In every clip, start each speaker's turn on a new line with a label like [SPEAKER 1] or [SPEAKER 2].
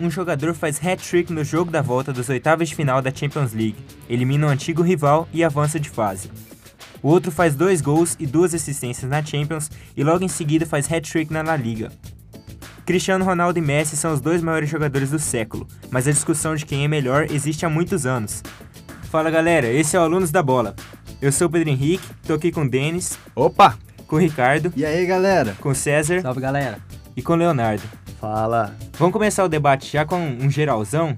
[SPEAKER 1] um jogador faz hat-trick no jogo da volta dos oitavas de final da Champions League, elimina o um antigo rival e avança de fase. O outro faz dois gols e duas assistências na Champions e logo em seguida faz hat-trick na La Liga. Cristiano Ronaldo e Messi são os dois maiores jogadores do século, mas a discussão de quem é melhor existe há muitos anos. Fala galera, esse é o Alunos da Bola. Eu sou o Pedro Henrique, tô aqui com o Denis,
[SPEAKER 2] Opa!
[SPEAKER 1] com o Ricardo,
[SPEAKER 2] E aí, galera?
[SPEAKER 1] com o César
[SPEAKER 3] Salve galera!
[SPEAKER 1] e com o Leonardo.
[SPEAKER 2] Fala.
[SPEAKER 1] Vamos começar o debate já com um geralzão?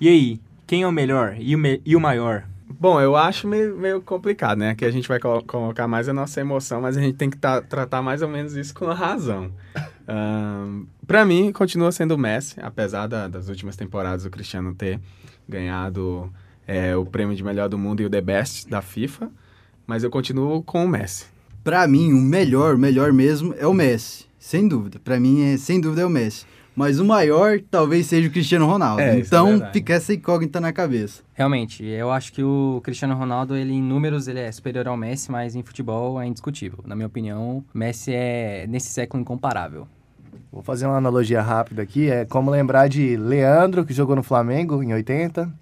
[SPEAKER 1] E aí, quem é o melhor e o, me- e o maior?
[SPEAKER 2] Bom, eu acho meio, meio complicado, né? Aqui a gente vai colo- colocar mais a nossa emoção, mas a gente tem que tá- tratar mais ou menos isso com a razão. Ahn, pra mim, continua sendo o Messi, apesar da- das últimas temporadas o Cristiano ter ganhado é, o prêmio de melhor do mundo e o The Best da FIFA, mas eu continuo com o Messi.
[SPEAKER 4] Pra mim, o melhor, melhor mesmo é o Messi, sem dúvida. Pra mim é, sem dúvida é o Messi. Mas o maior talvez seja o Cristiano Ronaldo.
[SPEAKER 2] É, isso é
[SPEAKER 4] então
[SPEAKER 2] verdade.
[SPEAKER 4] fica essa incógnita na cabeça.
[SPEAKER 3] Realmente, eu acho que o Cristiano Ronaldo, ele em números, ele é superior ao Messi, mas em futebol é indiscutível. Na minha opinião, Messi é, nesse século, incomparável.
[SPEAKER 5] Vou fazer uma analogia rápida aqui. É como lembrar de Leandro, que jogou no Flamengo em 80.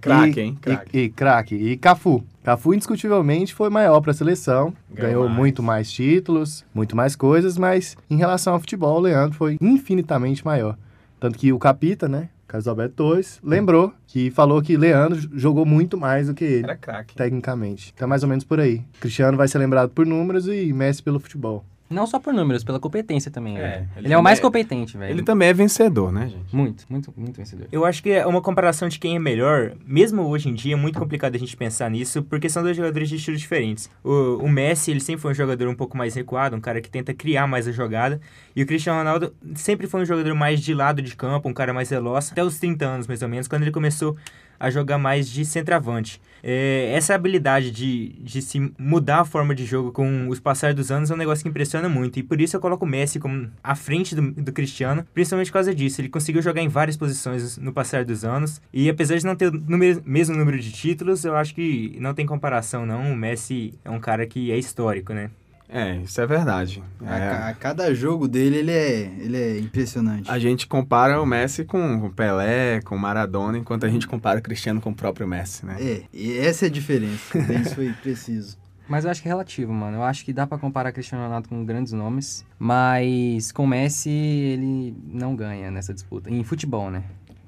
[SPEAKER 2] Craque,
[SPEAKER 5] E-
[SPEAKER 2] hein?
[SPEAKER 5] e-
[SPEAKER 2] Craque.
[SPEAKER 5] E craque. E Cafu. Cafu, indiscutivelmente, foi maior para a seleção.
[SPEAKER 2] Ganhou
[SPEAKER 5] Ganhou,
[SPEAKER 2] mais.
[SPEAKER 5] muito mais títulos, muito mais coisas, mas em relação ao futebol, o Leandro foi infinitamente maior. Tanto que o Capita, né? Carlos Alberto Torres, lembrou que falou que Leandro j- jogou muito mais do que ele,
[SPEAKER 2] Era craque.
[SPEAKER 5] tecnicamente. Então, é mais ou menos por aí. Cristiano vai ser lembrado por números e Messi pelo futebol.
[SPEAKER 3] Não só por números, pela competência também,
[SPEAKER 2] É,
[SPEAKER 3] velho.
[SPEAKER 2] ele
[SPEAKER 3] Ele, é o mais
[SPEAKER 2] também-
[SPEAKER 3] competente, velho.
[SPEAKER 2] Ele também é vencedor, né, gente?
[SPEAKER 3] Muito, muito, muito vencedor.
[SPEAKER 1] Eu acho que é uma comparação de quem é melhor, mesmo hoje em dia, é muito complicado a gente pensar nisso, porque são dois jogadores de estilos diferentes. O, o Messi, ele sempre foi um jogador um pouco mais recuado, um cara que tenta criar mais a jogada, e o Cristiano Ronaldo sempre foi um jogador mais de lado de campo, um cara mais veloz, até os 30 anos mais ou menos, quando ele começou a jogar mais de centroavante. É, essa habilidade de, de se mudar a forma de jogo com os passar dos anos é um negócio que impressiona muito. E por isso eu coloco o Messi como à frente do, do Cristiano, principalmente por causa disso. Ele conseguiu jogar em várias posições no passar dos anos. E apesar de não ter o número- mesmo número de títulos, eu acho que não tem comparação, não. O Messi é um cara que é histórico, né?
[SPEAKER 2] É, isso é verdade.
[SPEAKER 4] A,
[SPEAKER 2] É.
[SPEAKER 4] ca- a cada jogo dele, ele é, ele é impressionante.
[SPEAKER 2] A gente compara o Messi com o Pelé, com o Maradona, enquanto a gente compara o Cristiano com o próprio Messi, né?
[SPEAKER 4] É, e essa é a diferença. Isso foi preciso.
[SPEAKER 3] Mas eu acho que é relativo, mano. Eu acho que dá pra comparar Cristiano Ronaldo com grandes nomes, mas com Messi, ele não ganha nessa disputa. Em futebol, né?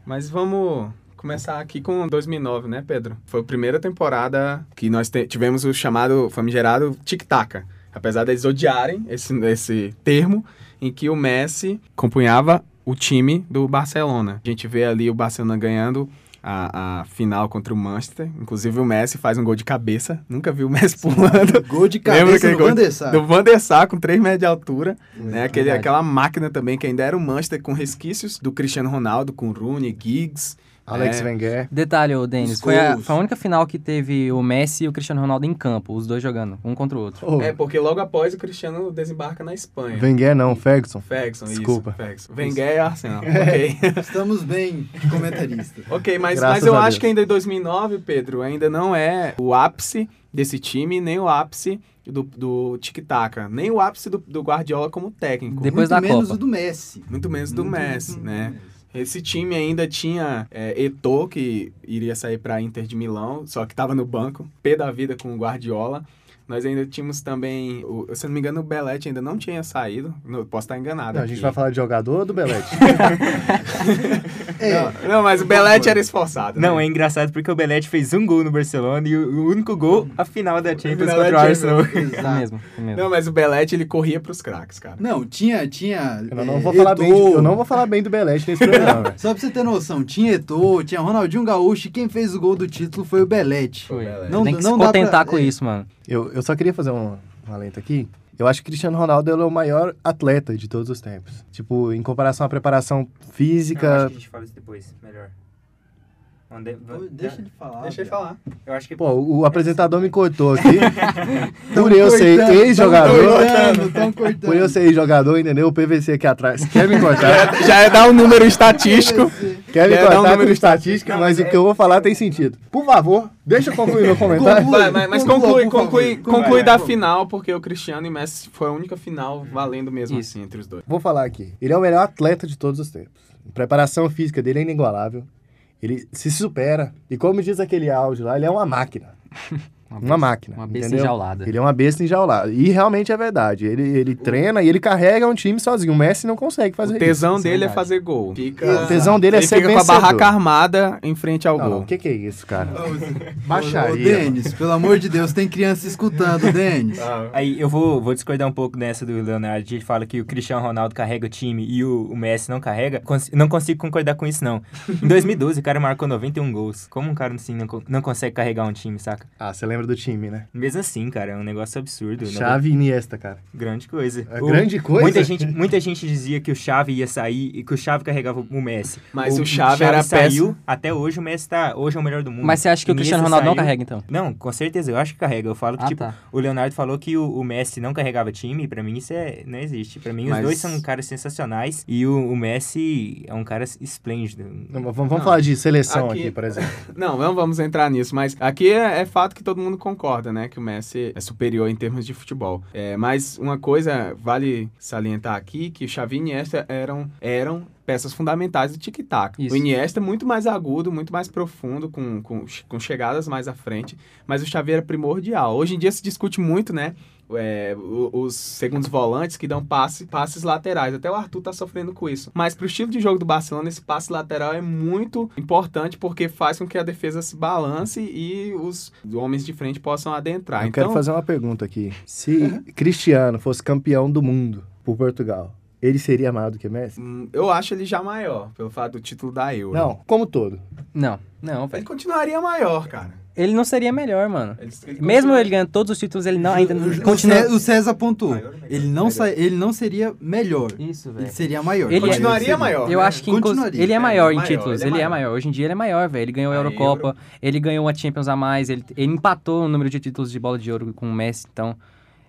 [SPEAKER 2] Mas vamos começar aqui com 2009, né, Pedro? Foi a primeira temporada que nós te- tivemos o chamado famigerado tic-taca. Apesar deles odiarem esse, esse termo, em que o Messi compunhava o time do Barcelona. A gente vê ali o Barcelona ganhando a, a final contra o Manchester. Inclusive o Messi faz um gol de cabeça. Nunca vi o Messi pulando.
[SPEAKER 4] Gol de
[SPEAKER 2] Lembra
[SPEAKER 4] cabeça
[SPEAKER 2] aquele
[SPEAKER 4] do
[SPEAKER 2] gol
[SPEAKER 4] Van der Sar.
[SPEAKER 2] do Van der Sar, com 3 metros de altura, né? Aquele,
[SPEAKER 3] verdade.
[SPEAKER 2] aquela máquina também, que ainda era o Manchester, com resquícios do Cristiano Ronaldo, com Rooney, Giggs.
[SPEAKER 5] Alex
[SPEAKER 2] É.
[SPEAKER 5] Wenger.
[SPEAKER 3] Detalhe, ô,
[SPEAKER 4] Os
[SPEAKER 3] Denis, foi a,
[SPEAKER 4] gols.
[SPEAKER 3] foi a única final que teve o Messi e o Cristiano Ronaldo em campo, os dois jogando, um contra o outro.
[SPEAKER 5] Oh,
[SPEAKER 2] É, porque logo após o Cristiano desembarca na Espanha.
[SPEAKER 5] Wenger não, Ferguson.
[SPEAKER 2] Ferguson,
[SPEAKER 5] Desculpa.
[SPEAKER 2] isso, Ferguson. Wenger e Arsenal, ok.
[SPEAKER 4] Estamos bem, comentarista.
[SPEAKER 2] ok, mas,
[SPEAKER 5] Graças
[SPEAKER 2] mas eu
[SPEAKER 5] a
[SPEAKER 2] acho
[SPEAKER 5] Deus.
[SPEAKER 2] que ainda em 2009, Pedro, ainda não é o ápice desse time, nem o ápice do, do tic-taca, nem o ápice do, do Guardiola como técnico.
[SPEAKER 3] De- Depois
[SPEAKER 4] Muito
[SPEAKER 3] da
[SPEAKER 4] menos
[SPEAKER 3] Copa.
[SPEAKER 4] o do Messi.
[SPEAKER 2] Muito menos do
[SPEAKER 4] Muito
[SPEAKER 2] Messi,
[SPEAKER 4] menos do
[SPEAKER 2] né?
[SPEAKER 4] Messi.
[SPEAKER 2] Esse time ainda tinha é, Eto'o, que iria sair para Inter de Milão, só que tava no banco, pé da vida com o Guardiola. Nós ainda tínhamos também, o, se eu não me engano, o Belete ainda não tinha saído. Não, posso estar enganado.
[SPEAKER 5] Não, a
[SPEAKER 2] aqui.
[SPEAKER 5] gente vai falar de jogador ou do Belete?
[SPEAKER 4] É,
[SPEAKER 2] Não, não, mas o Belete era esforçado. né?
[SPEAKER 1] Não, é
[SPEAKER 2] hein?
[SPEAKER 1] engraçado porque o Belete fez um gol no Barcelona e o o único gol, a final da Champions
[SPEAKER 2] Final da
[SPEAKER 1] contra o
[SPEAKER 2] Champions.
[SPEAKER 1] Arsenal.
[SPEAKER 3] Isso
[SPEAKER 4] exato.
[SPEAKER 3] mesmo, isso mesmo.
[SPEAKER 2] Tá. Não, mas o Belete ele corria pros craques, cara.
[SPEAKER 4] Não, tinha. tinha
[SPEAKER 5] Eu
[SPEAKER 4] é,
[SPEAKER 5] não, vou falar bem de-
[SPEAKER 4] Eto'o.
[SPEAKER 5] eu não vou falar bem do Belete nesse programa. velho.
[SPEAKER 4] Só pra você ter noção, tinha Eto'o, tinha Ronaldinho Gaúcho e quem fez o gol do título foi o Belete.
[SPEAKER 3] Foi.
[SPEAKER 2] Belete.
[SPEAKER 4] Não-
[SPEAKER 3] Tem que
[SPEAKER 4] não
[SPEAKER 3] se
[SPEAKER 4] dá
[SPEAKER 3] contentar
[SPEAKER 4] pra-
[SPEAKER 3] com
[SPEAKER 4] é.
[SPEAKER 3] isso, mano.
[SPEAKER 5] Eu, eu só queria fazer um, um alento aqui. Eu acho que o Cristiano Ronaldo ele é o maior atleta de todos os tempos. Tipo, em comparação à preparação física.
[SPEAKER 1] a gente fala isso depois, melhor. Onde-
[SPEAKER 4] Pô, Deixa de falar.
[SPEAKER 2] Deixa ele
[SPEAKER 4] velho.
[SPEAKER 2] falar.
[SPEAKER 1] Eu acho que.
[SPEAKER 5] Pô, o apresentador me cortou aqui. Por eu ser
[SPEAKER 4] Cortando, tão
[SPEAKER 5] ex-jogador.
[SPEAKER 4] cortando, tão cortando.
[SPEAKER 5] Por eu ser ex-jogador, entendeu? O PVC aqui atrás quer me cortar.
[SPEAKER 2] Já é dar um número estatístico.
[SPEAKER 5] Quer
[SPEAKER 2] Quer dar
[SPEAKER 5] me
[SPEAKER 2] um
[SPEAKER 5] cortar
[SPEAKER 2] número
[SPEAKER 5] com estatística,
[SPEAKER 1] Não,
[SPEAKER 5] mas o
[SPEAKER 1] é-
[SPEAKER 5] que eu vou falar tem sentido. Por favor, deixa eu concluir meu comentário.
[SPEAKER 4] Conclui.
[SPEAKER 2] Vai, mas, mas
[SPEAKER 4] Conclua,
[SPEAKER 2] conclui,
[SPEAKER 4] por favor.
[SPEAKER 2] conclui,
[SPEAKER 4] Conclua,
[SPEAKER 2] conclui
[SPEAKER 1] vai,
[SPEAKER 2] da
[SPEAKER 1] conclua.
[SPEAKER 2] final, porque o Cristiano e Messi foi a única final valendo mesmo
[SPEAKER 3] Isso.
[SPEAKER 2] assim entre os dois.
[SPEAKER 5] Vou falar aqui. Ele é o melhor atleta de todos os tempos. A preparação física dele é inigualável. Ele se supera. E como diz aquele áudio lá, ele é uma máquina. Uma máquina.
[SPEAKER 3] Uma besta
[SPEAKER 5] entendeu?
[SPEAKER 3] enjaulada.
[SPEAKER 5] Ele é uma besta enjaulada. E realmente é verdade. Ele, ele treina e ele carrega um time sozinho. O Messi não consegue fazer
[SPEAKER 2] o tesão
[SPEAKER 3] isso é
[SPEAKER 2] dele é
[SPEAKER 3] verdade.
[SPEAKER 2] fazer gol.
[SPEAKER 5] isso.
[SPEAKER 4] Fica-
[SPEAKER 5] O tesão dele é
[SPEAKER 2] Ele
[SPEAKER 5] ser
[SPEAKER 2] fica com a
[SPEAKER 5] vencedor.
[SPEAKER 2] barraca armada em frente ao
[SPEAKER 5] Não, não,
[SPEAKER 2] gol.
[SPEAKER 5] o que, que é isso, cara?
[SPEAKER 4] Ô,
[SPEAKER 5] Baixaria,
[SPEAKER 4] Ô, Denis, pelo amor de Deus, tem criança escutando, Denis.
[SPEAKER 2] Ah.
[SPEAKER 1] Aí eu vou, vou discordar um pouco dessa do Leonardo. Ele fala que o Cristiano Ronaldo carrega o time e o, o Messi não carrega. Cons- não consigo concordar com isso, não. Em 2012, o cara marcou 91 gols. Como um cara assim não, co- não consegue carregar um time, saca?
[SPEAKER 5] Ah, você lembra do time, né?
[SPEAKER 1] Mesmo assim, cara, é um negócio absurdo. né?
[SPEAKER 5] Chave e Iniesta, cara.
[SPEAKER 1] Grande coisa.
[SPEAKER 5] É
[SPEAKER 1] O-
[SPEAKER 5] grande coisa.
[SPEAKER 1] Muita gente, muita gente dizia que o Xavi ia sair e que o Xavi carregava o Messi.
[SPEAKER 2] Mas o Xavi era
[SPEAKER 1] saiu,
[SPEAKER 2] péssimo.
[SPEAKER 1] até hoje o Messi tá, hoje é o melhor do mundo.
[SPEAKER 3] Mas você acha que o
[SPEAKER 1] Iniesta
[SPEAKER 3] Cristiano Ronaldo não
[SPEAKER 1] saiu.
[SPEAKER 3] carrega, então?
[SPEAKER 1] Não, com certeza, eu acho que carrega. Eu falo que,
[SPEAKER 3] Ah,
[SPEAKER 1] tipo,
[SPEAKER 3] tá.
[SPEAKER 1] o Leonardo falou que o, o Messi não carregava time, pra mim isso é, não existe. Pra mim, os
[SPEAKER 2] Mas-
[SPEAKER 1] dois são caras sensacionais e o, o Messi é um cara esplêndido.
[SPEAKER 5] Não, mas Vamos, vamos falar de seleção
[SPEAKER 2] Aqui-
[SPEAKER 5] aqui, por exemplo.
[SPEAKER 2] Não, não vamos entrar nisso, mas aqui é, é fato que todo mundo concorda, né? Que o Messi é superior em termos de futebol. É, mas uma coisa vale salientar aqui, que o Xavi e Iniesta eram, eram peças fundamentais do tic-tac.
[SPEAKER 3] Isso.
[SPEAKER 2] O Iniesta é muito mais agudo, muito mais profundo, com, com, com chegadas mais à frente, mas o Xavi era primordial. Hoje em dia se discute muito, né? é, o- os segundos volantes que dão passe, passes laterais. Até o Arthur tá sofrendo com isso. Mas pro estilo de jogo do Barcelona, esse passe lateral é muito importante porque faz com que a defesa se balance e os homens de frente possam adentrar.
[SPEAKER 5] Eu
[SPEAKER 2] então,
[SPEAKER 5] quero fazer uma pergunta aqui. Se Cristiano fosse campeão do mundo por Portugal, ele seria maior do que Messi?
[SPEAKER 2] hum, eu acho ele já maior, pelo fato do título da Euro.
[SPEAKER 5] Não, como todo.
[SPEAKER 3] Não, não, velho.
[SPEAKER 2] Ele continuaria maior, cara.
[SPEAKER 3] Ele não seria melhor, mano.
[SPEAKER 2] Ele- ele
[SPEAKER 3] Mesmo
[SPEAKER 2] continua-
[SPEAKER 3] ele ganhando todos os títulos, ele não ainda
[SPEAKER 4] O-
[SPEAKER 3] continua.
[SPEAKER 4] O Cé- o César apontou.
[SPEAKER 2] Maior ou menor?
[SPEAKER 4] Ele não,
[SPEAKER 2] Maior.
[SPEAKER 4] sa- ele não seria melhor.
[SPEAKER 3] Isso,
[SPEAKER 4] Ele
[SPEAKER 3] velho.
[SPEAKER 4] seria maior.
[SPEAKER 3] Ele é-
[SPEAKER 2] continuaria
[SPEAKER 4] seria.
[SPEAKER 2] maior.
[SPEAKER 3] Eu
[SPEAKER 2] é né?
[SPEAKER 3] acho que inclu-
[SPEAKER 4] Continuaria.
[SPEAKER 3] ele
[SPEAKER 2] É,
[SPEAKER 3] é maior em
[SPEAKER 2] maior,
[SPEAKER 3] títulos,
[SPEAKER 2] ele é
[SPEAKER 3] ele é
[SPEAKER 2] maior.
[SPEAKER 3] maior. Hoje em dia ele é maior, velho. Ele ganhou a
[SPEAKER 2] A
[SPEAKER 3] Eurocopa, ele ganhou uma Champions a mais, ele, ele empatou o número de títulos de bola de ouro com o Messi. Então,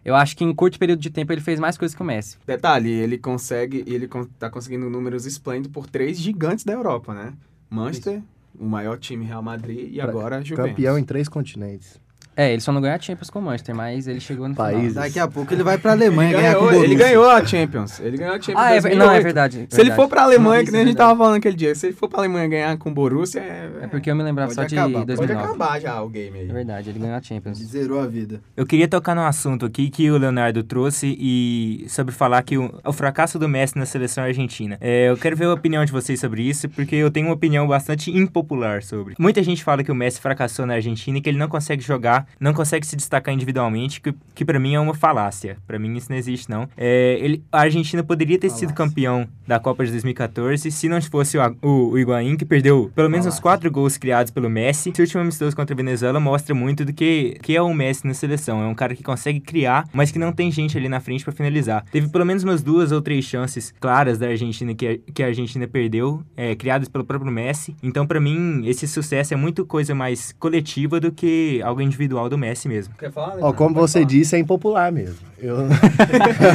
[SPEAKER 3] eu acho que em curto período de tempo ele fez mais coisas que o Messi.
[SPEAKER 2] Detalhe, ele consegue, ele con- tá conseguindo números esplêndidos por três gigantes da Europa, né? Manchester, o maior time Real Madrid e
[SPEAKER 5] Pra-
[SPEAKER 2] agora Juventus.
[SPEAKER 5] Campeão em três continentes.
[SPEAKER 3] É, ele só não ganhou a Champions com o Manchester, mas ele chegou no
[SPEAKER 5] Países.
[SPEAKER 3] final.
[SPEAKER 4] Daqui a pouco ele vai pra Alemanha
[SPEAKER 2] Ele
[SPEAKER 4] ganhar com o
[SPEAKER 2] ganhou,
[SPEAKER 4] Borussia.
[SPEAKER 2] ele ganhou a Champions. Ele ganhou a Champions.
[SPEAKER 3] Ah, é, ver-
[SPEAKER 2] 2008.
[SPEAKER 3] não, é verdade.
[SPEAKER 2] Se ele for pra Alemanha,
[SPEAKER 3] Não,
[SPEAKER 2] que nem a
[SPEAKER 3] isso é
[SPEAKER 2] gente tava falando aquele dia, se ele for pra Alemanha ganhar com o Borussia, é.
[SPEAKER 3] É porque eu me lembrava
[SPEAKER 4] Pode
[SPEAKER 3] só de
[SPEAKER 4] acabar, pode
[SPEAKER 2] Pode
[SPEAKER 3] 2009.
[SPEAKER 2] acabar já o game
[SPEAKER 3] É
[SPEAKER 2] aí.
[SPEAKER 3] verdade, ele ganhou a Champions.
[SPEAKER 4] Ele zerou a vida.
[SPEAKER 1] Eu queria tocar num assunto aqui que o Leonardo trouxe e sobre falar que o, o fracasso do Messi na seleção argentina. É, eu quero ver a opinião de vocês sobre isso, porque eu tenho uma opinião bastante impopular sobre. Muita gente fala que o Messi fracassou na Argentina e que ele não consegue jogar, não consegue se destacar individualmente, que, que para mim é uma falácia. Pra mim isso não existe, não. É, ele, a Argentina poderia ter sido
[SPEAKER 4] Falácia.
[SPEAKER 1] campeão da Copa de 2014 se não fosse o, A- o, o Higuaín, que perdeu pelo menos uns
[SPEAKER 4] Falácia.
[SPEAKER 1] quatro gols criados pelo Messi. Esse último amistoso contra a Venezuela mostra muito do que, que é o Messi na seleção. É um cara que consegue criar, mas que não tem gente ali na frente pra finalizar. Teve pelo menos umas duas ou três chances claras da Argentina que a, que a Argentina perdeu, é, criadas pelo próprio Messi. Então, pra mim, esse sucesso é muito coisa mais coletiva do que algo individual do Messi mesmo.
[SPEAKER 2] Quer falar?
[SPEAKER 5] Ó, como você disse, é impopular mesmo. Eu,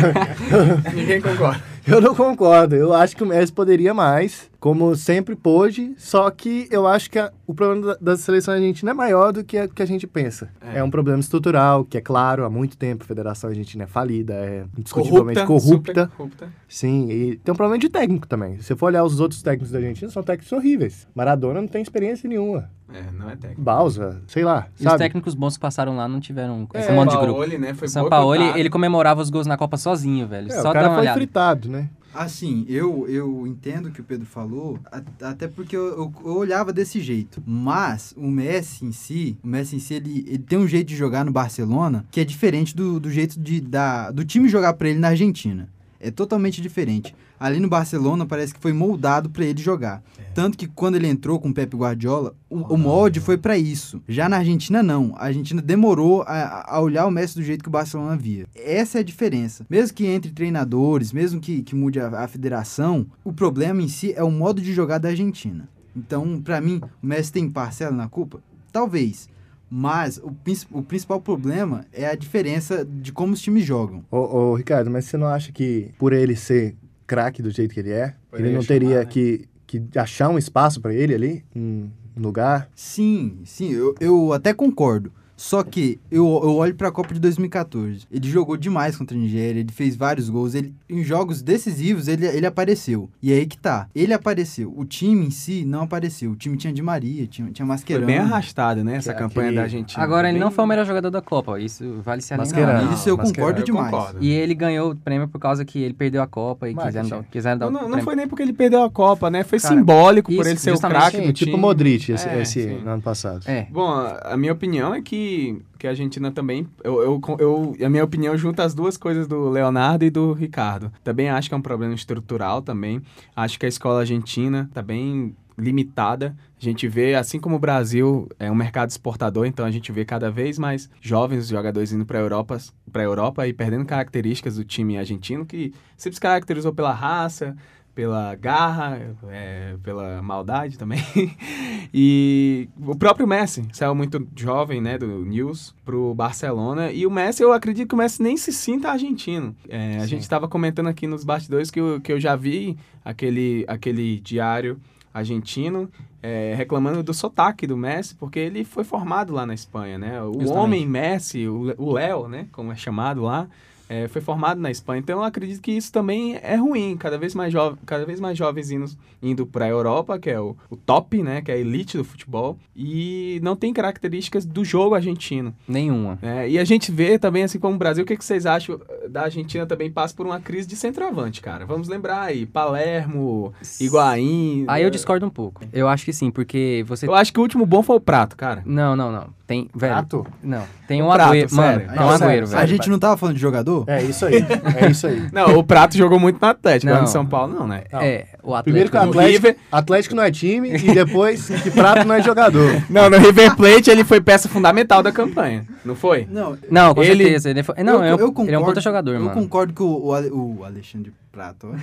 [SPEAKER 2] Ninguém concorda.
[SPEAKER 5] eu não concordo. Eu acho que o Messi poderia mais, como sempre pôde, só que eu acho que a- o problema da, da seleção argentina é maior do que a, que a gente pensa. É.
[SPEAKER 2] É.
[SPEAKER 5] um problema estrutural, que é claro, há muito tempo a Federação Argentina é falida, é indiscutivelmente corrupta.
[SPEAKER 2] super corrupta.
[SPEAKER 5] Sim, e tem um problema de técnico também. Se você for olhar os outros técnicos da Argentina, são técnicos horríveis. Maradona não tem experiência nenhuma.
[SPEAKER 2] É, não é técnico.
[SPEAKER 5] Balsa, sei lá,
[SPEAKER 3] E os
[SPEAKER 5] sabe?
[SPEAKER 3] técnicos bons que passaram lá não tiveram esse
[SPEAKER 2] É,
[SPEAKER 3] monte de grupo.
[SPEAKER 2] Sampaoli, né? Foi
[SPEAKER 3] O Sampaoli,
[SPEAKER 2] boicotado.
[SPEAKER 3] ele comemorava os gols na Copa sozinho, velho.
[SPEAKER 5] É,
[SPEAKER 3] só dá
[SPEAKER 5] o cara
[SPEAKER 3] uma
[SPEAKER 5] foi
[SPEAKER 3] olhada.
[SPEAKER 5] fritado, né?
[SPEAKER 4] Assim, eu, eu entendo o que o Pedro falou, a- até porque eu, eu- eu olhava desse jeito. Mas o Messi em si, o Messi em si, ele, ele tem um jeito de jogar no Barcelona que é diferente do, do jeito de, da, do time jogar pra ele na Argentina. É totalmente diferente. Ali no Barcelona parece que foi moldado pra ele jogar. Tanto que quando ele entrou com o Pepe Guardiola, o, o molde foi pra isso. Já na Argentina, não. A Argentina demorou a, a olhar o Messi do jeito que o Barcelona via. Essa é a diferença. Mesmo que entre treinadores, mesmo que, que mude a, a federação, o problema em si é o modo de jogar da Argentina. Então, pra mim, o Messi tem parcela na culpa? Talvez. Mas o, princi- o principal problema é a diferença de como os times jogam.
[SPEAKER 5] Ô, ô, Ricardo, mas você não acha que por ele ser craque do jeito que ele é,
[SPEAKER 2] Poderia
[SPEAKER 5] ele não
[SPEAKER 2] chamar,
[SPEAKER 5] teria
[SPEAKER 2] né?
[SPEAKER 5] que, que achar um espaço pra ele ali? Um lugar?
[SPEAKER 4] Sim, sim, eu, eu até concordo. Só que eu, eu olho pra Copa de 2014. Ele jogou demais contra a Nigéria, ele fez vários gols. Ele, em jogos decisivos, ele, ele apareceu. E aí que tá. Ele apareceu. O time em si não apareceu. O time tinha Di Maria, tinha, tinha
[SPEAKER 2] Foi
[SPEAKER 4] Mascherano.
[SPEAKER 2] bem arrastada, né? Essa
[SPEAKER 5] Que-
[SPEAKER 2] campanha
[SPEAKER 5] aquele-
[SPEAKER 2] da Argentina.
[SPEAKER 3] Agora, ele
[SPEAKER 2] né? Bem-
[SPEAKER 3] não foi o melhor jogador da Copa, isso vale se
[SPEAKER 5] Mascherano.
[SPEAKER 3] alinhar.
[SPEAKER 4] Isso eu
[SPEAKER 5] Mascherano.
[SPEAKER 4] concordo
[SPEAKER 2] Eu
[SPEAKER 4] demais.
[SPEAKER 2] concordo.
[SPEAKER 3] E ele ganhou o prêmio por causa que ele perdeu a Copa e
[SPEAKER 5] Marketing.
[SPEAKER 3] quiseram dar, quiseram dar
[SPEAKER 2] Não,
[SPEAKER 3] o
[SPEAKER 2] não,
[SPEAKER 3] prêmio.
[SPEAKER 2] não foi nem porque ele perdeu a Copa, né? Foi
[SPEAKER 3] Cara,
[SPEAKER 2] simbólico por
[SPEAKER 3] isso,
[SPEAKER 2] ele ser o
[SPEAKER 3] justamente,
[SPEAKER 2] craque
[SPEAKER 5] Sim,
[SPEAKER 2] do
[SPEAKER 5] tipo
[SPEAKER 2] time.
[SPEAKER 5] Modric esse,
[SPEAKER 2] É,
[SPEAKER 5] esse
[SPEAKER 2] sim.
[SPEAKER 5] no ano passado.
[SPEAKER 3] É,
[SPEAKER 2] Bom, a a minha opinião é que, que a Argentina também. Eu, eu, eu- a minha opinião junta as duas coisas do Leonardo e do Ricardo. Também acho que é um problema estrutural também. Acho que a escola argentina está bem limitada. A gente vê, assim como o Brasil é um mercado exportador, então a gente vê cada vez mais jovens jogadores indo para Europa, para Europa e perdendo características do time argentino que sempre se caracterizou pela raça, pela garra, é, pela maldade também. E o próprio Messi saiu muito jovem, né, do News pro Barcelona. E o Messi, eu acredito que o Messi nem se sinta argentino. É, a
[SPEAKER 3] Sim.
[SPEAKER 2] gente estava comentando aqui nos bastidores que eu, que eu já vi aquele, aquele diário argentino é, reclamando do sotaque do Messi, porque ele foi formado lá na Espanha, né? O
[SPEAKER 3] Justamente.
[SPEAKER 2] homem Messi, o Le- o Léo, né, como é chamado lá, é, foi formado na Espanha. Então eu acredito que isso também é ruim. Cada vez mais, jo cada vez mais jovens indo, indo para a Europa, que é o, o top, né? Que é a elite do futebol. E não tem características do jogo argentino.
[SPEAKER 3] nenhuma.
[SPEAKER 2] né? E a gente vê também, assim como o Brasil, o que, que vocês acham da Argentina também passa por uma crise de centroavante, cara? Vamos lembrar aí, Palermo, Higuaín...
[SPEAKER 3] Aí eu
[SPEAKER 2] eh,
[SPEAKER 3] discordo um pouco. Eu acho que sim, porque você.
[SPEAKER 2] eu acho que o último bom foi o Prato, cara.
[SPEAKER 3] Não, não, não. Tem. Velho.
[SPEAKER 5] Prato?
[SPEAKER 3] Não. Tem um
[SPEAKER 2] Prato,
[SPEAKER 3] agüero. Mano,
[SPEAKER 2] sério.
[SPEAKER 3] tem
[SPEAKER 4] Não,
[SPEAKER 3] um agüero,
[SPEAKER 5] sério,
[SPEAKER 4] A
[SPEAKER 3] velho.
[SPEAKER 4] gente não tava falando de jogador?
[SPEAKER 5] É isso aí. É isso aí.
[SPEAKER 2] Não, o Prato jogou muito na Atlético, agora
[SPEAKER 3] Não.
[SPEAKER 2] no São Paulo não, né?
[SPEAKER 5] Não.
[SPEAKER 3] É, o Atlético.
[SPEAKER 5] Primeiro que o
[SPEAKER 2] No River-
[SPEAKER 5] Atlético, Atlético não é time e depois que Prato não é jogador.
[SPEAKER 2] Não, no River Plate ele foi peça fundamental da campanha, não foi?
[SPEAKER 4] Não,
[SPEAKER 3] Não, com
[SPEAKER 2] Ele-
[SPEAKER 3] certeza. Ele foi... Não,
[SPEAKER 4] eu,
[SPEAKER 3] é um-
[SPEAKER 4] eu concordo,
[SPEAKER 3] ele é um puta jogador,
[SPEAKER 4] eu
[SPEAKER 3] mano.
[SPEAKER 4] concordo que o, o Ale- o Alexandre Prato,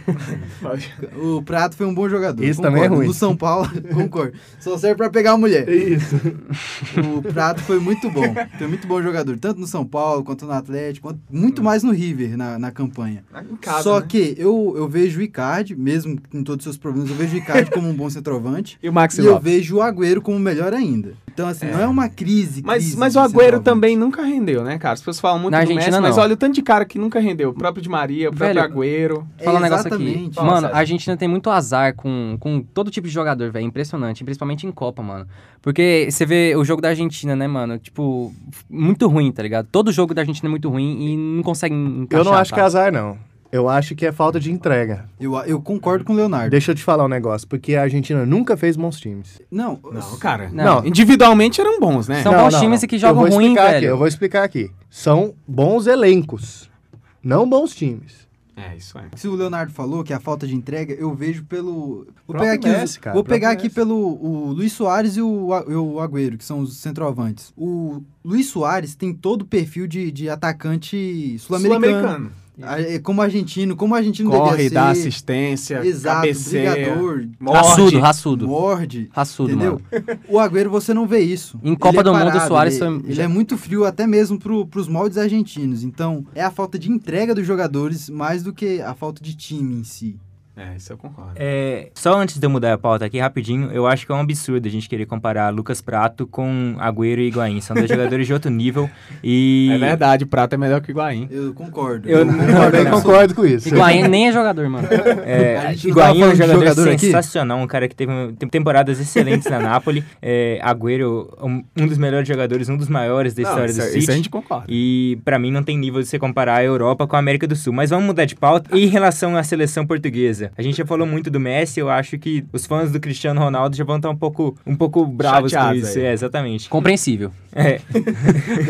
[SPEAKER 4] ó. o Prato foi um bom jogador.
[SPEAKER 5] Isso
[SPEAKER 4] concordo.
[SPEAKER 5] também é ruim.
[SPEAKER 4] No São Paulo, concordo. Só serve pra pegar a
[SPEAKER 2] É
[SPEAKER 4] mulher.
[SPEAKER 5] Isso.
[SPEAKER 4] O Prato foi muito bom. Foi muito bom jogador, tanto no São Paulo, quanto no Atlético, quanto- muito mais no River na, na campanha.
[SPEAKER 2] Em casa,
[SPEAKER 4] Só
[SPEAKER 2] né?
[SPEAKER 4] que eu, eu vejo o Icardi, mesmo com todos os seus problemas, eu vejo o Icardi como um bom centroavante.
[SPEAKER 2] E o Maxi
[SPEAKER 4] E eu
[SPEAKER 2] Lopes.
[SPEAKER 4] vejo o Agüero como melhor ainda. Então, assim, não é uma crise.
[SPEAKER 2] Mas,
[SPEAKER 4] crise
[SPEAKER 2] mas
[SPEAKER 4] de
[SPEAKER 2] o Agüero
[SPEAKER 4] centroavante.
[SPEAKER 2] também nunca rendeu, né, cara? As pessoas falam muito
[SPEAKER 3] Na
[SPEAKER 2] do
[SPEAKER 3] Argentina,
[SPEAKER 2] Messi, mas
[SPEAKER 3] não.
[SPEAKER 2] olha o tanto de cara que nunca rendeu. O próprio Di Maria, o próprio
[SPEAKER 3] Velho,
[SPEAKER 2] Agüero.
[SPEAKER 3] Falar
[SPEAKER 4] É,
[SPEAKER 3] um negócio aqui.
[SPEAKER 4] exatamente.
[SPEAKER 2] Fala,
[SPEAKER 3] mano,
[SPEAKER 2] Sérgio.
[SPEAKER 3] a Argentina tem muito azar com, com todo tipo de jogador, velho. Impressionante. Principalmente em Copa, mano. Porque você vê o jogo da Argentina, né, mano? Tipo, muito ruim, tá ligado? Todo jogo da Argentina é muito ruim e não consegue encaixar.
[SPEAKER 5] Eu não acho que é
[SPEAKER 3] sabe?
[SPEAKER 5] azar, não. Eu acho que é falta de entrega.
[SPEAKER 4] Eu, eu concordo com o Leonardo.
[SPEAKER 5] Deixa eu te falar um negócio, porque a Argentina nunca fez bons times.
[SPEAKER 4] Não,
[SPEAKER 2] Não, cara.
[SPEAKER 3] Não.
[SPEAKER 2] Individualmente eram bons, né?
[SPEAKER 3] São
[SPEAKER 5] Não,
[SPEAKER 3] bons
[SPEAKER 5] não,
[SPEAKER 3] times
[SPEAKER 5] não.
[SPEAKER 3] que jogam
[SPEAKER 5] eu vou
[SPEAKER 3] ruim,
[SPEAKER 5] explicar
[SPEAKER 3] velho.
[SPEAKER 5] Aqui, eu vou explicar aqui. São bons elencos, não bons times.
[SPEAKER 2] É, isso é.
[SPEAKER 4] Se o Leonardo falou que a falta de entrega, eu vejo pelo. Vou
[SPEAKER 5] Próprio
[SPEAKER 4] pegar aqui, os-
[SPEAKER 5] Messi, cara,
[SPEAKER 4] vou
[SPEAKER 5] próprio
[SPEAKER 4] pegar aqui
[SPEAKER 5] Messi.
[SPEAKER 4] pelo o Luiz Soares e o, A- e o Agüero, que são os centroavantes. O Luiz Soares tem todo o perfil de, de atacante sul-americano. A- é Como argentino, como argentino
[SPEAKER 2] Corre,
[SPEAKER 4] deveria ser.
[SPEAKER 2] dá assistência,
[SPEAKER 4] Exato,
[SPEAKER 2] cabeceia,
[SPEAKER 4] brigador,
[SPEAKER 3] Raçudo,
[SPEAKER 2] morde.
[SPEAKER 3] raçudo.
[SPEAKER 4] morde.
[SPEAKER 3] Raçudo,
[SPEAKER 4] entendeu?
[SPEAKER 3] mano.
[SPEAKER 4] O Agüero você não vê isso.
[SPEAKER 3] Em Copa
[SPEAKER 4] Ele é
[SPEAKER 3] do Mundo, o
[SPEAKER 4] parado,
[SPEAKER 3] Suárez
[SPEAKER 4] ele,
[SPEAKER 3] foi-
[SPEAKER 4] ele é muito frio até mesmo pro, pros moldes argentinos. Então, é a falta de entrega dos jogadores mais do que a falta de time em si.
[SPEAKER 2] É, isso eu concordo.
[SPEAKER 1] É, só antes de eu mudar a pauta aqui rapidinho, eu acho que é um absurdo a gente querer comparar Lucas Prato com Agüero e Higuaín. São dois jogadores de outro nível e...
[SPEAKER 2] É verdade, o Prato é melhor que o Higuaín.
[SPEAKER 4] Eu concordo.
[SPEAKER 1] Eu
[SPEAKER 5] Eu também
[SPEAKER 1] não.
[SPEAKER 5] concordo com isso.
[SPEAKER 3] Higuaín nem é jogador, mano.
[SPEAKER 1] É,
[SPEAKER 4] A gente
[SPEAKER 1] Higuaín é
[SPEAKER 4] não tava
[SPEAKER 1] um
[SPEAKER 4] falando de
[SPEAKER 1] jogador,
[SPEAKER 4] jogador aqui?
[SPEAKER 1] sensacional, um cara que teve tem temporadas excelentes na Nápoles. É, Agüero, um, um dos melhores jogadores, um dos maiores da
[SPEAKER 2] Não,
[SPEAKER 1] história
[SPEAKER 2] isso, é-
[SPEAKER 1] do
[SPEAKER 2] isso a
[SPEAKER 1] City.
[SPEAKER 2] gente concorda.
[SPEAKER 1] E pra mim não tem nível de você comparar a Europa com a América do Sul. Mas vamos mudar de pauta. E em relação à seleção portuguesa, a gente já falou muito do Messi. Eu acho que os fãs do Cristiano Ronaldo já vão estar um pouco, um pouco bravos com
[SPEAKER 2] Chateados
[SPEAKER 1] isso.
[SPEAKER 2] aí.
[SPEAKER 1] É, exatamente.
[SPEAKER 3] Compreensível.
[SPEAKER 5] Ah,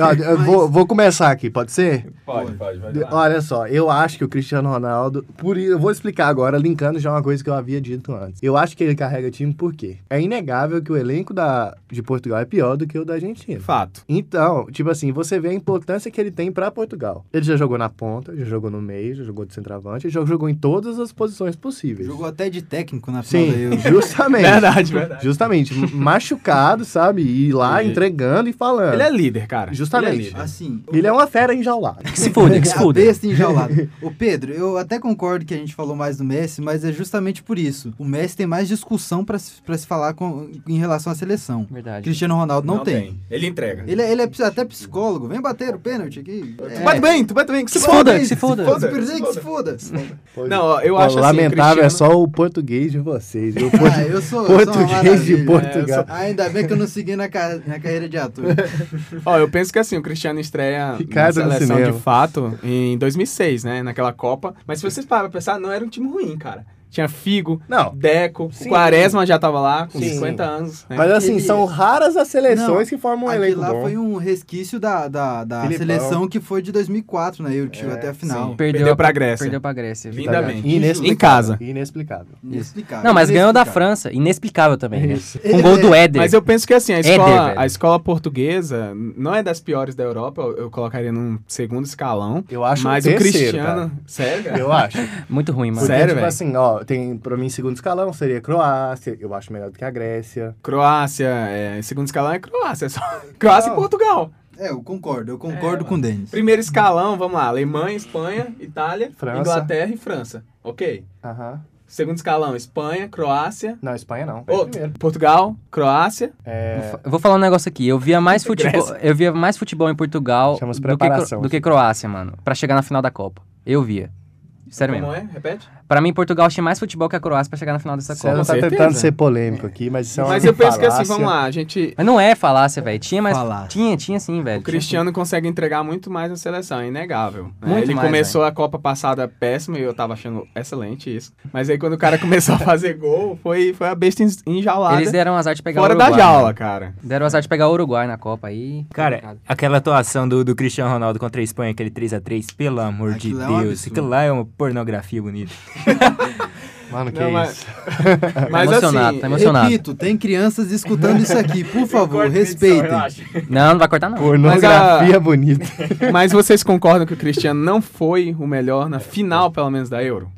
[SPEAKER 5] Ó, eu vou, vou começar aqui, pode ser?
[SPEAKER 2] Pode, pode, pode.
[SPEAKER 5] De- Olha só, eu acho que o Cristiano Ronaldo. Por, i- eu vou explicar agora, linkando já uma coisa que eu havia dito antes. Eu acho que ele carrega time por quê? É inegável que o elenco da, de Portugal é pior do que o da Argentina.
[SPEAKER 2] Fato.
[SPEAKER 5] Então, tipo assim, você vê a importância que ele tem pra Portugal. Ele já jogou na ponta, já jogou no meio, já jogou de centroavante, já jogou em todas as posições possíveis.
[SPEAKER 4] Jogou até de técnico na final
[SPEAKER 5] É. Sim,
[SPEAKER 4] da Assim, Euro.
[SPEAKER 5] justamente.
[SPEAKER 2] Verdade, verdade.
[SPEAKER 5] Justamente, m- machucado, sabe? E lá
[SPEAKER 2] Ele-
[SPEAKER 5] entregando e falando.
[SPEAKER 2] Ele é líder, cara.
[SPEAKER 5] Justamente.
[SPEAKER 2] Ele é líder.
[SPEAKER 4] Assim, o-
[SPEAKER 5] Ele é uma fera enjaulada.
[SPEAKER 3] Que se foda, que se
[SPEAKER 4] a
[SPEAKER 3] foda.
[SPEAKER 4] besta enjaulada. Ô Pedro, eu até concordo que a gente falou mais do Messi, mas é justamente por isso. O Messi tem mais discussão pra se pra se falar com- em relação à seleção.
[SPEAKER 3] Verdade.
[SPEAKER 4] Cristiano Ronaldo não, tem.
[SPEAKER 2] Ele entrega.
[SPEAKER 4] Ele, é- ele é ps- até psicólogo. Vem bater o pênalti aqui.
[SPEAKER 2] Tu bate bem, tu bate bem. Que
[SPEAKER 3] Se
[SPEAKER 2] se
[SPEAKER 3] foda,
[SPEAKER 2] foda,
[SPEAKER 3] que se foda.
[SPEAKER 2] foda.
[SPEAKER 4] Super Zé, que É. se foda.
[SPEAKER 5] Pois
[SPEAKER 4] é.
[SPEAKER 2] Não, ó, eu
[SPEAKER 5] Pô,
[SPEAKER 2] acho assim,
[SPEAKER 5] Lamentável
[SPEAKER 2] Cristiano-
[SPEAKER 5] é só o português de vocês. viu? O portu-
[SPEAKER 4] Ah, eu sou, eu sou uma
[SPEAKER 5] português de
[SPEAKER 4] maravilha.
[SPEAKER 5] Portugal.
[SPEAKER 4] Ainda bem que eu não segui na, ca- na carreira de ator.
[SPEAKER 2] Ó, eu penso que assim, o Cristiano estreia
[SPEAKER 5] Ricardo
[SPEAKER 2] na
[SPEAKER 5] no
[SPEAKER 2] seleção
[SPEAKER 5] cinema.
[SPEAKER 2] de fato em 2006, né? Naquela Copa. Mas se vocês pararem pra pensar, não era um time ruim, cara. Tinha Figo,
[SPEAKER 5] Não.
[SPEAKER 2] Deco, o
[SPEAKER 5] Sim.
[SPEAKER 2] Quaresma já tava lá com
[SPEAKER 5] Sim.
[SPEAKER 2] 50 anos. Né?
[SPEAKER 5] Mas assim,
[SPEAKER 4] Ele-
[SPEAKER 5] são raras as seleções que formam um
[SPEAKER 4] Aquele
[SPEAKER 5] elenco
[SPEAKER 4] lá
[SPEAKER 5] bom.
[SPEAKER 4] foi um resquício da, da, da
[SPEAKER 5] Filipão.
[SPEAKER 4] seleção que foi de 2004, né? Euro, que
[SPEAKER 3] É,
[SPEAKER 4] chegou até a final.
[SPEAKER 2] Perdeu, pra Grécia.
[SPEAKER 3] Perdeu pra Grécia.
[SPEAKER 2] Lindamente.
[SPEAKER 5] Inexplicável.
[SPEAKER 2] Em casa.
[SPEAKER 5] Inexplicável.
[SPEAKER 4] Inexplicável.
[SPEAKER 3] Não, mas ganhou da
[SPEAKER 4] Inexplicável.
[SPEAKER 3] França. Inexplicável também, né?
[SPEAKER 5] É Isso. É,
[SPEAKER 3] Com o gol do Éder.
[SPEAKER 2] Mas eu penso que assim, a
[SPEAKER 3] Éder,
[SPEAKER 2] escola,
[SPEAKER 3] velho.
[SPEAKER 2] a escola portuguesa não é das piores da Europa, eu, eu colocaria num segundo escalão.
[SPEAKER 5] Eu acho
[SPEAKER 2] mas
[SPEAKER 5] um
[SPEAKER 2] o
[SPEAKER 5] terceiro,
[SPEAKER 2] Cristiano. Sério?
[SPEAKER 5] cara.
[SPEAKER 2] cara?
[SPEAKER 5] Eu acho.
[SPEAKER 3] Muito ruim, mano.
[SPEAKER 5] Porque,
[SPEAKER 2] Sério,
[SPEAKER 5] tipo
[SPEAKER 2] velho?
[SPEAKER 5] assim, ó, tem pra mim segundo escalão seria Croácia, eu acho melhor do que a Grécia.
[SPEAKER 2] Croácia, é, segundo escalão é Croácia, é só Croácia
[SPEAKER 5] Não.
[SPEAKER 2] e Portugal.
[SPEAKER 4] É, eu concordo, eu concordo
[SPEAKER 2] É,
[SPEAKER 4] com o Denis.
[SPEAKER 2] Primeiro escalão, vamos lá, Alemanha, Espanha, Itália,
[SPEAKER 5] França.
[SPEAKER 2] Inglaterra e França. Ok.
[SPEAKER 5] Aham.
[SPEAKER 2] Segundo escalão, Espanha, Croácia.
[SPEAKER 5] Não, Espanha não. É
[SPEAKER 2] Ô,
[SPEAKER 5] Primeiro.
[SPEAKER 2] Portugal, Croácia.
[SPEAKER 5] É,
[SPEAKER 3] Eu vou falar um negócio aqui. Eu via mais futebol,
[SPEAKER 2] Grécia.
[SPEAKER 3] eu via mais futebol em Portugal do
[SPEAKER 5] Chama-se
[SPEAKER 3] que, Cro-
[SPEAKER 5] preparação,
[SPEAKER 3] do que Croácia, mano. Pra chegar na final da Copa. Eu via. Sério
[SPEAKER 2] Como
[SPEAKER 3] mesmo.
[SPEAKER 2] é? Repete.
[SPEAKER 3] Pra mim, Portugal tinha mais futebol que a Croácia pra chegar na final dessa
[SPEAKER 5] você não
[SPEAKER 3] Copa.
[SPEAKER 5] tá
[SPEAKER 2] certeza.
[SPEAKER 5] tentando ser polêmico aqui, mas isso é uma
[SPEAKER 2] Mas eu penso que assim,
[SPEAKER 5] falácia.
[SPEAKER 2] vamos lá, a gente.
[SPEAKER 3] Mas não é falácia, velho. Tinha mais.
[SPEAKER 4] Falácia.
[SPEAKER 3] Tinha, tinha sim, velho.
[SPEAKER 2] O Cristiano consegue entregar muito mais na seleção, é inegável. né?
[SPEAKER 3] Muito
[SPEAKER 2] Ele
[SPEAKER 3] mais, é.
[SPEAKER 2] começou a Copa passada péssimo e eu tava achando excelente isso. Mas aí quando o cara começou a fazer gol, foi, foi a besta en- enjaulada.
[SPEAKER 3] Eles deram azar de pegar
[SPEAKER 2] fora
[SPEAKER 3] o Uruguai. né?
[SPEAKER 2] da jaula, cara.
[SPEAKER 3] mano. Deram azar de pegar o Uruguai na Copa aí. Tá
[SPEAKER 1] Cara, aquela atuação do, do Cristiano Ronaldo contra a Espanha, aquele 3x3, pelo amor
[SPEAKER 4] Aquilo
[SPEAKER 1] de
[SPEAKER 4] é um
[SPEAKER 1] Deus.
[SPEAKER 4] absurdo.
[SPEAKER 1] aquilo lá é uma pornografia bonita.
[SPEAKER 5] Mano, que
[SPEAKER 2] Não,
[SPEAKER 5] isso.
[SPEAKER 2] mas-
[SPEAKER 3] Tá
[SPEAKER 2] assim,
[SPEAKER 3] emocionado, tá emocionado.
[SPEAKER 4] Repito, tem crianças escutando isso aqui. Por favor, respeitem.
[SPEAKER 3] Não, não vai cortar, não.
[SPEAKER 5] Pornografia bonita.
[SPEAKER 2] Mas vocês concordam que o Cristiano não foi o melhor na final, pelo menos, da Euro?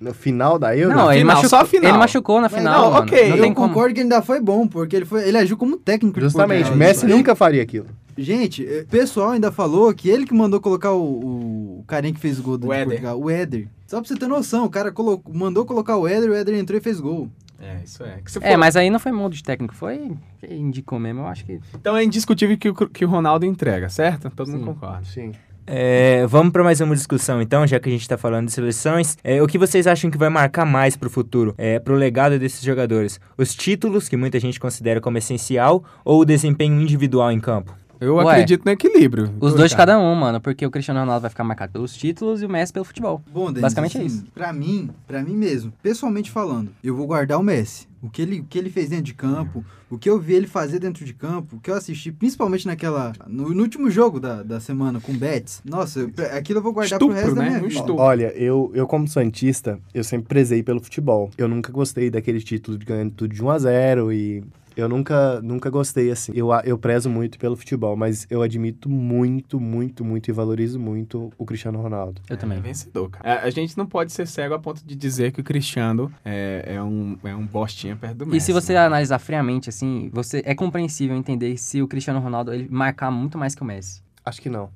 [SPEAKER 5] No final da Euro?
[SPEAKER 3] Não, ele,
[SPEAKER 2] final,
[SPEAKER 3] machucou,
[SPEAKER 2] só a final.
[SPEAKER 3] ele machucou na
[SPEAKER 4] Mas
[SPEAKER 3] final,
[SPEAKER 2] não,
[SPEAKER 3] mano.
[SPEAKER 2] ok,
[SPEAKER 3] não
[SPEAKER 4] eu
[SPEAKER 3] tem como.
[SPEAKER 4] concordo que ele ainda foi bom, porque ele, foi, ele agiu como técnico. de
[SPEAKER 5] Justamente,
[SPEAKER 4] Portugal, né?
[SPEAKER 5] Messi
[SPEAKER 4] isso aí.
[SPEAKER 5] nunca faria aquilo.
[SPEAKER 4] Gente, eh, o pessoal ainda falou que ele que mandou colocar o, o carinha que fez gol do
[SPEAKER 2] O
[SPEAKER 4] de
[SPEAKER 2] Éder.
[SPEAKER 4] Portugal, o Éder. Só pra você ter noção, o cara colocou, mandou colocar o Éder, o Éder entrou e fez gol.
[SPEAKER 2] É, isso é. Que se
[SPEAKER 3] É,
[SPEAKER 2] for-
[SPEAKER 3] mas aí não foi mundo de técnico, foi indicou mesmo, eu acho que.
[SPEAKER 2] Então é indiscutível que o, Cru- que o Ronaldo entrega, certo? Todo
[SPEAKER 3] Sim.
[SPEAKER 2] mundo concorda.
[SPEAKER 5] Sim.
[SPEAKER 1] É, vamos para mais uma discussão, então, já que a gente está falando de seleções. É, o que vocês acham que vai marcar mais para o futuro, é, para o legado desses jogadores? Os títulos, que muita gente considera como essencial, ou o desempenho individual em campo?
[SPEAKER 2] Eu
[SPEAKER 3] Ué.
[SPEAKER 2] acredito no equilíbrio.
[SPEAKER 3] Os dois de
[SPEAKER 2] cara.
[SPEAKER 3] cada um, mano, porque o Cristiano Ronaldo vai ficar marcado pelos títulos e o Messi pelo futebol.
[SPEAKER 4] Bom, Denis, assim,
[SPEAKER 3] Basicamente é isso.
[SPEAKER 4] Pra mim, pra mim mesmo, pessoalmente falando, eu vou guardar o Messi. O que, ele, o que ele fez dentro de campo, o que eu vi ele fazer dentro de campo, o que eu assisti, principalmente naquela. No, no último jogo da, da semana com o Betis. Nossa, eu- aquilo eu vou guardar pro
[SPEAKER 2] Estupro,
[SPEAKER 4] resto da
[SPEAKER 2] né?
[SPEAKER 4] minha
[SPEAKER 2] Um
[SPEAKER 4] vida.
[SPEAKER 2] estupro. Tu.
[SPEAKER 5] Olha, eu, eu como santista, eu sempre prezei pelo futebol. Eu nunca gostei daquele título de ganhando tudo de 1 a 0 e eu nunca, nunca gostei assim. Eu, a- eu prezo muito pelo futebol, mas eu admito muito, muito, muito e valorizo muito o Cristiano Ronaldo.
[SPEAKER 3] Eu também.
[SPEAKER 2] É vencedor, cara. A, a gente não pode ser cego a ponto de dizer que o Cristiano é, é um, é um bostinha perto do Messi.
[SPEAKER 3] E se você
[SPEAKER 2] né?
[SPEAKER 3] analisar friamente, assim, você é compreensível entender se o Cristiano Ronaldo ele marcar muito mais que o Messi.
[SPEAKER 5] Acho que não.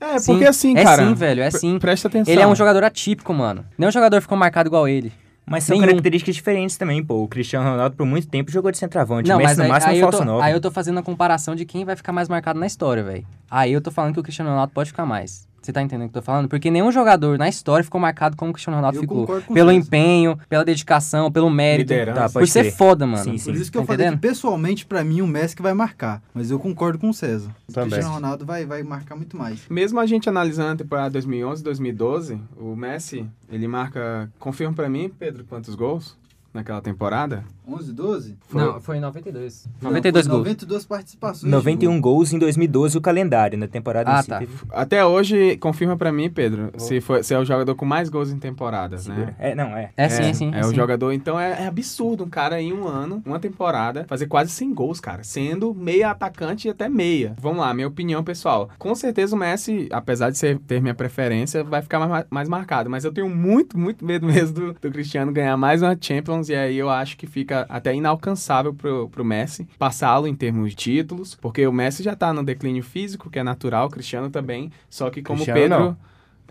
[SPEAKER 2] É,
[SPEAKER 3] Sim,
[SPEAKER 2] porque assim,
[SPEAKER 3] é
[SPEAKER 2] cara...
[SPEAKER 3] sim, velho, é
[SPEAKER 2] pre-
[SPEAKER 3] sim.
[SPEAKER 2] Presta atenção.
[SPEAKER 3] Ele é um jogador atípico, mano. Nenhum jogador ficou marcado igual ele.
[SPEAKER 1] Mas são
[SPEAKER 3] Nenhum.
[SPEAKER 1] características diferentes também, pô. O Cristiano Ronaldo, por muito tempo, jogou de centroavante. Não, mas no
[SPEAKER 3] aí,
[SPEAKER 1] máximo, é
[SPEAKER 3] aí, eu
[SPEAKER 1] falso
[SPEAKER 3] tô,
[SPEAKER 1] nove.
[SPEAKER 3] aí eu tô fazendo a comparação de quem vai ficar mais marcado na história, velho. Aí eu tô falando que o Cristiano Ronaldo pode ficar mais. Você tá entendendo o que eu tô falando? Porque nenhum jogador na história ficou marcado como o Cristiano Ronaldo
[SPEAKER 4] Eu
[SPEAKER 3] ficou.
[SPEAKER 4] concordo com
[SPEAKER 3] Pelo
[SPEAKER 4] vocês.
[SPEAKER 3] empenho, pela dedicação, pelo mérito.
[SPEAKER 2] Liderança.
[SPEAKER 1] Tá,
[SPEAKER 3] Por
[SPEAKER 1] pode
[SPEAKER 3] ser
[SPEAKER 1] crer.
[SPEAKER 3] foda, mano.
[SPEAKER 1] Sim, sim.
[SPEAKER 4] Por isso que eu
[SPEAKER 3] Tá
[SPEAKER 4] falei
[SPEAKER 3] entendendo?
[SPEAKER 4] que pessoalmente, pra mim, o Messi que vai marcar. Mas eu concordo com o César. O
[SPEAKER 5] Também.
[SPEAKER 4] Cristiano Ronaldo vai, vai marcar muito mais.
[SPEAKER 2] Mesmo a gente analisando a temporada 2011, 2012, o Messi, ele marca... Confirma pra mim, Pedro, quantos gols? naquela temporada?
[SPEAKER 4] 11, 12?
[SPEAKER 3] Não, foi em 92.
[SPEAKER 4] Não,
[SPEAKER 3] 92
[SPEAKER 4] foi
[SPEAKER 3] gols.
[SPEAKER 4] 92 participações.
[SPEAKER 1] 91
[SPEAKER 4] Diego.
[SPEAKER 1] gols em 2012, o calendário, na temporada
[SPEAKER 3] Ah,
[SPEAKER 1] em si.
[SPEAKER 3] tá.
[SPEAKER 1] Teve...
[SPEAKER 2] Até hoje, confirma pra mim, Pedro, se, foi, se é o jogador com mais gols em temporadas, né?
[SPEAKER 1] É, não, é.
[SPEAKER 3] É sim, é sim.
[SPEAKER 2] É o jogador, então é, é absurdo um cara em um ano, uma temporada, fazer quase 100 gols, cara, sendo meia atacante e até meia. Vamos lá, minha opinião, pessoal. Com certeza o Messi, apesar de ser, ter minha preferência, vai ficar mais, mais marcado, mas eu tenho muito, muito medo mesmo do, do Cristiano ganhar mais uma Champions e aí eu acho que fica até inalcançável pro, pro Messi passá-lo em termos de títulos, porque o Messi já tá no declínio físico, que é natural, o Cristiano também, só que como
[SPEAKER 5] Cristiano,
[SPEAKER 2] Pedro...
[SPEAKER 5] não.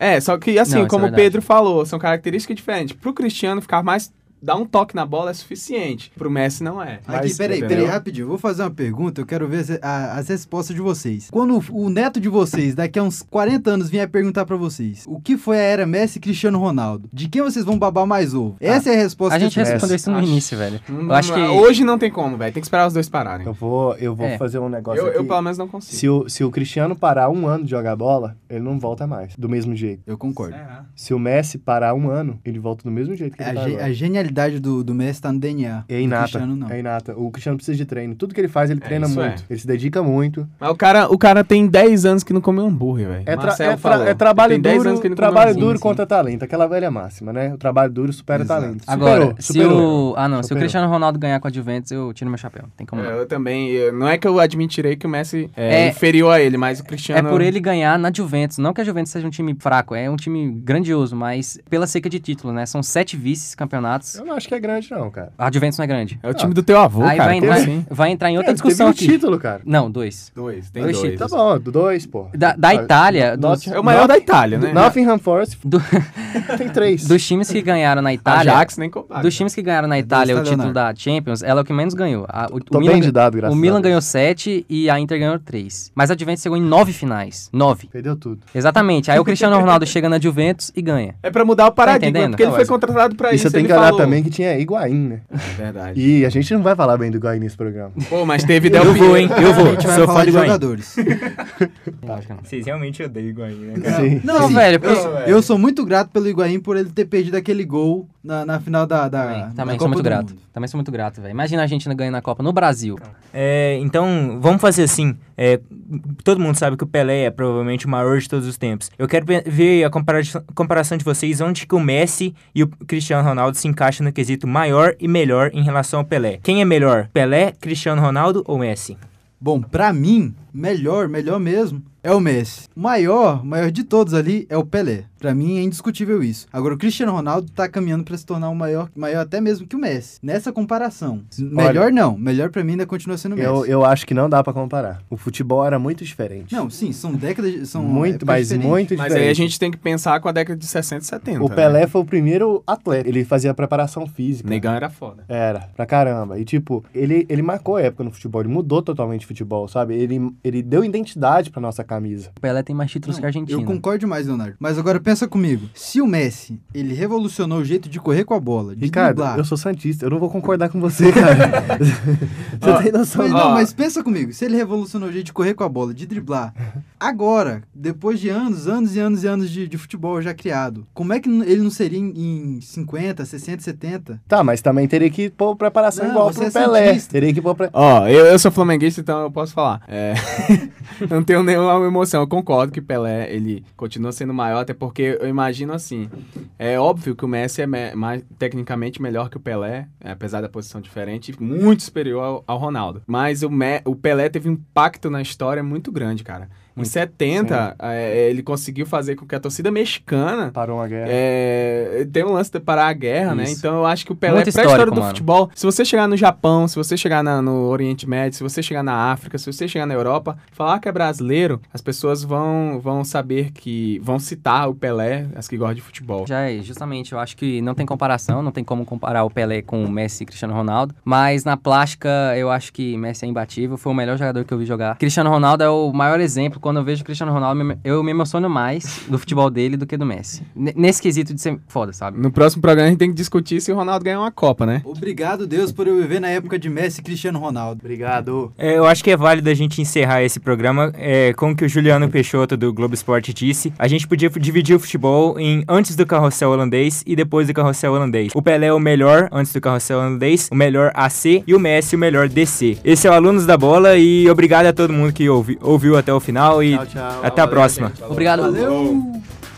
[SPEAKER 2] É, só que assim,
[SPEAKER 3] Não, isso é
[SPEAKER 2] como o
[SPEAKER 3] verdade.
[SPEAKER 2] Pedro falou, são características diferentes. Pro Cristiano ficar mais. dar um toque na bola é suficiente. Pro Messi não é.
[SPEAKER 4] Aqui,
[SPEAKER 5] Mas,
[SPEAKER 4] peraí,
[SPEAKER 2] entendeu?
[SPEAKER 4] peraí, rapidinho. Eu Vou fazer uma pergunta, eu quero ver se- a- as respostas de vocês. Quando o- o neto de vocês, daqui a uns 40 anos, vier perguntar pra vocês o que foi a era Messi e Cristiano Ronaldo, de quem vocês vão babar mais ovo?
[SPEAKER 5] Ah,
[SPEAKER 4] Essa é a resposta
[SPEAKER 3] A gente
[SPEAKER 4] que eu
[SPEAKER 3] respondeu
[SPEAKER 5] Messi.
[SPEAKER 3] isso no
[SPEAKER 2] Acho-
[SPEAKER 3] início, velho.
[SPEAKER 2] Não-
[SPEAKER 3] Eu acho que.
[SPEAKER 2] Hum, Hoje não tem como, velho. Tem que esperar os dois pararem.
[SPEAKER 5] Eu vou, eu vou
[SPEAKER 3] É.
[SPEAKER 5] fazer um negócio
[SPEAKER 2] Eu, eu,
[SPEAKER 5] Então,
[SPEAKER 2] assim.
[SPEAKER 5] aqui.
[SPEAKER 2] pelo menos não consigo.
[SPEAKER 5] se, o, se o Cristiano parar um ano de jogar bola, ele não volta mais, do mesmo jeito.
[SPEAKER 4] Eu concordo.
[SPEAKER 2] É, né?
[SPEAKER 5] Se o Messi parar um ano, ele volta do mesmo jeito que ele
[SPEAKER 4] A,
[SPEAKER 5] tá
[SPEAKER 4] ge-
[SPEAKER 5] agora.
[SPEAKER 4] a genialidade do, do Messi tá no DNA.
[SPEAKER 5] É
[SPEAKER 4] do
[SPEAKER 5] inata.
[SPEAKER 4] Cristiano, não.
[SPEAKER 5] É inata. O Cristiano precisa de treino. Tudo que ele faz, ele treina
[SPEAKER 2] É isso
[SPEAKER 5] muito. Ele se dedica muito.
[SPEAKER 2] Mas o cara, o cara tem 10 anos que não comeu hambúrguer, velho.
[SPEAKER 5] É, tra-
[SPEAKER 2] Marcelo
[SPEAKER 5] é tra-
[SPEAKER 2] falou.
[SPEAKER 5] é trabalho
[SPEAKER 2] Tem 10
[SPEAKER 5] duro,
[SPEAKER 2] anos que ele não comeu
[SPEAKER 5] trabalho
[SPEAKER 2] hambúrguer,
[SPEAKER 5] duro
[SPEAKER 3] né?
[SPEAKER 2] sim.
[SPEAKER 5] contra talento. Aquela velha máxima, né? O trabalho duro supera
[SPEAKER 4] Exato.
[SPEAKER 5] talento.
[SPEAKER 3] Agora,
[SPEAKER 5] Superou,
[SPEAKER 3] se
[SPEAKER 5] superou.
[SPEAKER 3] o. Ah, não. Se o
[SPEAKER 5] Superou.
[SPEAKER 3] Cristiano Ronaldo ganhar com a Juventus, eu tiro meu chapéu. Tem como. não.
[SPEAKER 2] É, Eu também. eu- Não é que eu admitirei que o Messi é,
[SPEAKER 3] É-
[SPEAKER 2] inferior a ele, mas o
[SPEAKER 3] É
[SPEAKER 2] Cristiano.
[SPEAKER 3] por ele ganhar na Juventus. Não que a Juventus seja um time fraco, é um time grandioso, mas pela seca de título, né? São sete vices-campeonatos.
[SPEAKER 5] Eu não acho que é grande, não, cara.
[SPEAKER 3] A Juventus não é grande.
[SPEAKER 2] É o time do teu avô,
[SPEAKER 3] Aí
[SPEAKER 2] cara. Então, assim,
[SPEAKER 3] vai entrar,
[SPEAKER 2] Tem
[SPEAKER 3] vai entrar em outra
[SPEAKER 5] É,
[SPEAKER 3] discussão
[SPEAKER 5] teve um
[SPEAKER 3] aqui.
[SPEAKER 5] título, cara.
[SPEAKER 3] Não, dois.
[SPEAKER 2] Dois, tem
[SPEAKER 3] Dois
[SPEAKER 2] dois.
[SPEAKER 3] títulos.
[SPEAKER 5] Tá bom, do dois, pô.
[SPEAKER 3] Da, da
[SPEAKER 5] Ah,
[SPEAKER 3] Itália,
[SPEAKER 5] do-
[SPEAKER 3] dos,
[SPEAKER 5] do-
[SPEAKER 2] É o maior da Itália, né?
[SPEAKER 5] Nottingham Forest
[SPEAKER 3] do-
[SPEAKER 5] tem três.
[SPEAKER 3] dos times que ganharam na Itália.
[SPEAKER 2] Ajax nem compara.
[SPEAKER 3] Dos times que ganharam na Itália o
[SPEAKER 4] está
[SPEAKER 3] título da
[SPEAKER 4] Leonardo.
[SPEAKER 3] Champions, ela é o que menos ganhou. A- o,
[SPEAKER 5] Tô
[SPEAKER 3] o
[SPEAKER 5] bem
[SPEAKER 3] Milan,
[SPEAKER 5] de dado, graças
[SPEAKER 3] o
[SPEAKER 5] a
[SPEAKER 3] Milan
[SPEAKER 5] Deus.
[SPEAKER 3] ganhou sete e a Inter ganhou três. Mas a Juventus chegou em nove finais. Nove.
[SPEAKER 5] Perdeu tudo.
[SPEAKER 3] Exatamente. Aí o Cristiano Ronaldo chega na Juventus e ganha.
[SPEAKER 2] É pra mudar o paradigma,
[SPEAKER 3] entendendo?
[SPEAKER 2] porque ele
[SPEAKER 5] Não,
[SPEAKER 2] foi
[SPEAKER 5] mas-
[SPEAKER 2] contratado pra
[SPEAKER 5] e
[SPEAKER 2] É isso.
[SPEAKER 5] você tem
[SPEAKER 2] ele
[SPEAKER 5] que olhar
[SPEAKER 2] falou.
[SPEAKER 5] também que tinha Higuaín, né?
[SPEAKER 2] É verdade.
[SPEAKER 5] E a gente não vai falar bem do Higuaín nesse programa.
[SPEAKER 2] Pô, mas teve Del
[SPEAKER 1] Eu
[SPEAKER 5] um
[SPEAKER 1] vou,
[SPEAKER 2] Piero.
[SPEAKER 1] hein? Eu
[SPEAKER 4] A
[SPEAKER 1] vou.
[SPEAKER 4] gente
[SPEAKER 1] Sou fã
[SPEAKER 4] vai falar
[SPEAKER 1] do
[SPEAKER 4] de
[SPEAKER 1] Higuaín.
[SPEAKER 4] jogadores.
[SPEAKER 1] Vocês realmente odeiam o Higuaín, né,
[SPEAKER 3] É.
[SPEAKER 1] cara?
[SPEAKER 5] Sim.
[SPEAKER 3] Não, velho.
[SPEAKER 4] Eu,
[SPEAKER 3] porque-
[SPEAKER 4] eu sou muito grato pelo Higuaín por ele ter perdido aquele gol na, Ah, na final da, da,
[SPEAKER 3] Também,
[SPEAKER 4] da
[SPEAKER 3] também
[SPEAKER 4] Copa
[SPEAKER 3] sou muito
[SPEAKER 4] do
[SPEAKER 3] grato.
[SPEAKER 4] Mundo.
[SPEAKER 3] Também sou muito grato, velho. Imagina a Argentina ganhando a Copa no Brasil.
[SPEAKER 1] É, então, vamos fazer assim. é, todo mundo sabe que o Pelé é provavelmente o maior de todos os tempos. Eu quero pe- ver a compara- comparação de vocês onde que o Messi e o Cristiano Ronaldo se encaixam no quesito maior e melhor em relação ao Pelé. Quem é melhor? Pelé, Cristiano Ronaldo ou Messi?
[SPEAKER 4] Bom, pra mim, melhor, melhor mesmo, é o Messi. O maior, o maior de todos ali é o Pelé. Pra mim é indiscutível isso. Agora, o Cristiano Ronaldo tá caminhando pra se tornar o maior, maior até mesmo que o Messi. Nessa comparação. Melhor não. Melhor pra mim ainda continua sendo o
[SPEAKER 3] É
[SPEAKER 4] Messi.
[SPEAKER 5] Eu, eu acho que não dá pra comparar. O futebol era muito diferente.
[SPEAKER 4] Não, sim, são décadas. de- São é,
[SPEAKER 5] muito,
[SPEAKER 4] épocas
[SPEAKER 5] mas
[SPEAKER 4] diferentes.
[SPEAKER 5] muito diferente.
[SPEAKER 2] é Mas aí a gente tem que pensar com a década de 60 e 70.
[SPEAKER 5] O
[SPEAKER 2] né?
[SPEAKER 5] Pelé foi o primeiro atleta. Ele fazia preparação física.
[SPEAKER 2] Negão era foda.
[SPEAKER 5] Era, pra caramba. E, tipo, ele, ele marcou a época no futebol, ele mudou totalmente o futebol, sabe? Ele, ele deu identidade pra nossa camisa.
[SPEAKER 3] O Pelé tem mais títulos que a Argentina.
[SPEAKER 4] Eu concordo demais, Leonardo. Mas agora pensa comigo. Se o Messi, ele revolucionou o jeito de correr com a bola, de
[SPEAKER 5] Ricardo,
[SPEAKER 4] driblar.
[SPEAKER 5] eu sou santista, eu não vou concordar com você, cara. você
[SPEAKER 2] Ó,
[SPEAKER 5] tem noção
[SPEAKER 4] Mas,
[SPEAKER 5] disso?
[SPEAKER 4] não,
[SPEAKER 2] Ó.
[SPEAKER 4] mas pensa comigo, se ele revolucionou o jeito de correr com a bola, de driblar, agora, depois de anos, anos e anos e anos de, de futebol já criado, como é que n- ele não seria em, em 50, 60, 70?
[SPEAKER 5] Tá, mas também teria que pôr preparação
[SPEAKER 4] Não,
[SPEAKER 5] igual
[SPEAKER 4] você
[SPEAKER 5] pro
[SPEAKER 4] é
[SPEAKER 5] Pelé.
[SPEAKER 4] santista.
[SPEAKER 5] Teria que pôr pre...
[SPEAKER 2] Ó, eu, eu sou flamenguista, então eu posso falar. É, não tenho nenhuma emoção. Eu concordo que Pelé, ele continua sendo maior, até porque eu imagino assim. É óbvio que o Messi é me- mais, tecnicamente melhor que o Pelé, é, apesar da posição diferente, e muito superior ao, ao Ronaldo. Mas o, Me- o Pelé teve um impacto na história muito grande, cara. Em 70, é, ele conseguiu fazer com que a torcida mexicana
[SPEAKER 5] Parou uma guerra.
[SPEAKER 2] É, tem um lance de parar a guerra, né?
[SPEAKER 3] Isso.
[SPEAKER 2] Então eu acho que o Pelé,
[SPEAKER 3] Muito
[SPEAKER 2] pra história
[SPEAKER 3] histórico,
[SPEAKER 2] do
[SPEAKER 3] mano.
[SPEAKER 2] futebol, se você chegar no Japão, se você chegar na- no Oriente Médio, se você chegar na África, se você chegar na Europa, falar que é brasileiro, as pessoas vão, vão saber que. vão citar o Pelé, as que gostam de futebol.
[SPEAKER 3] Já é, justamente, eu acho que não tem comparação, não tem como comparar o Pelé com o Messi e Cristiano Ronaldo, mas na plástica eu acho que Messi é imbatível, foi o melhor jogador que eu vi jogar. Cristiano Ronaldo é o maior exemplo quando eu vejo o Cristiano Ronaldo, me- eu me emociono mais do futebol dele do que do Messi. N- nesse quesito de ser foda, sabe?
[SPEAKER 2] No próximo programa a gente tem que discutir se o Ronaldo ganhar uma Copa, né?
[SPEAKER 4] Obrigado, Deus, por eu viver na época de Messi e Cristiano Ronaldo.
[SPEAKER 5] Obrigado.
[SPEAKER 1] É, eu acho que é válido a gente encerrar esse programa é, com o que o Juliano Peixoto do Globo Esporte disse. A gente podia f- dividir o futebol em antes do carrossel holandês e depois do carrossel holandês. O Pelé é o melhor antes do carrossel holandês, o melhor AC e o Messi o melhor DC. Esse é o Alunos da Bola e obrigado a todo mundo que ouvi- ouviu até o final e
[SPEAKER 5] Tchau, tchau.
[SPEAKER 1] até a próxima.
[SPEAKER 3] Obrigado.
[SPEAKER 4] Valeu!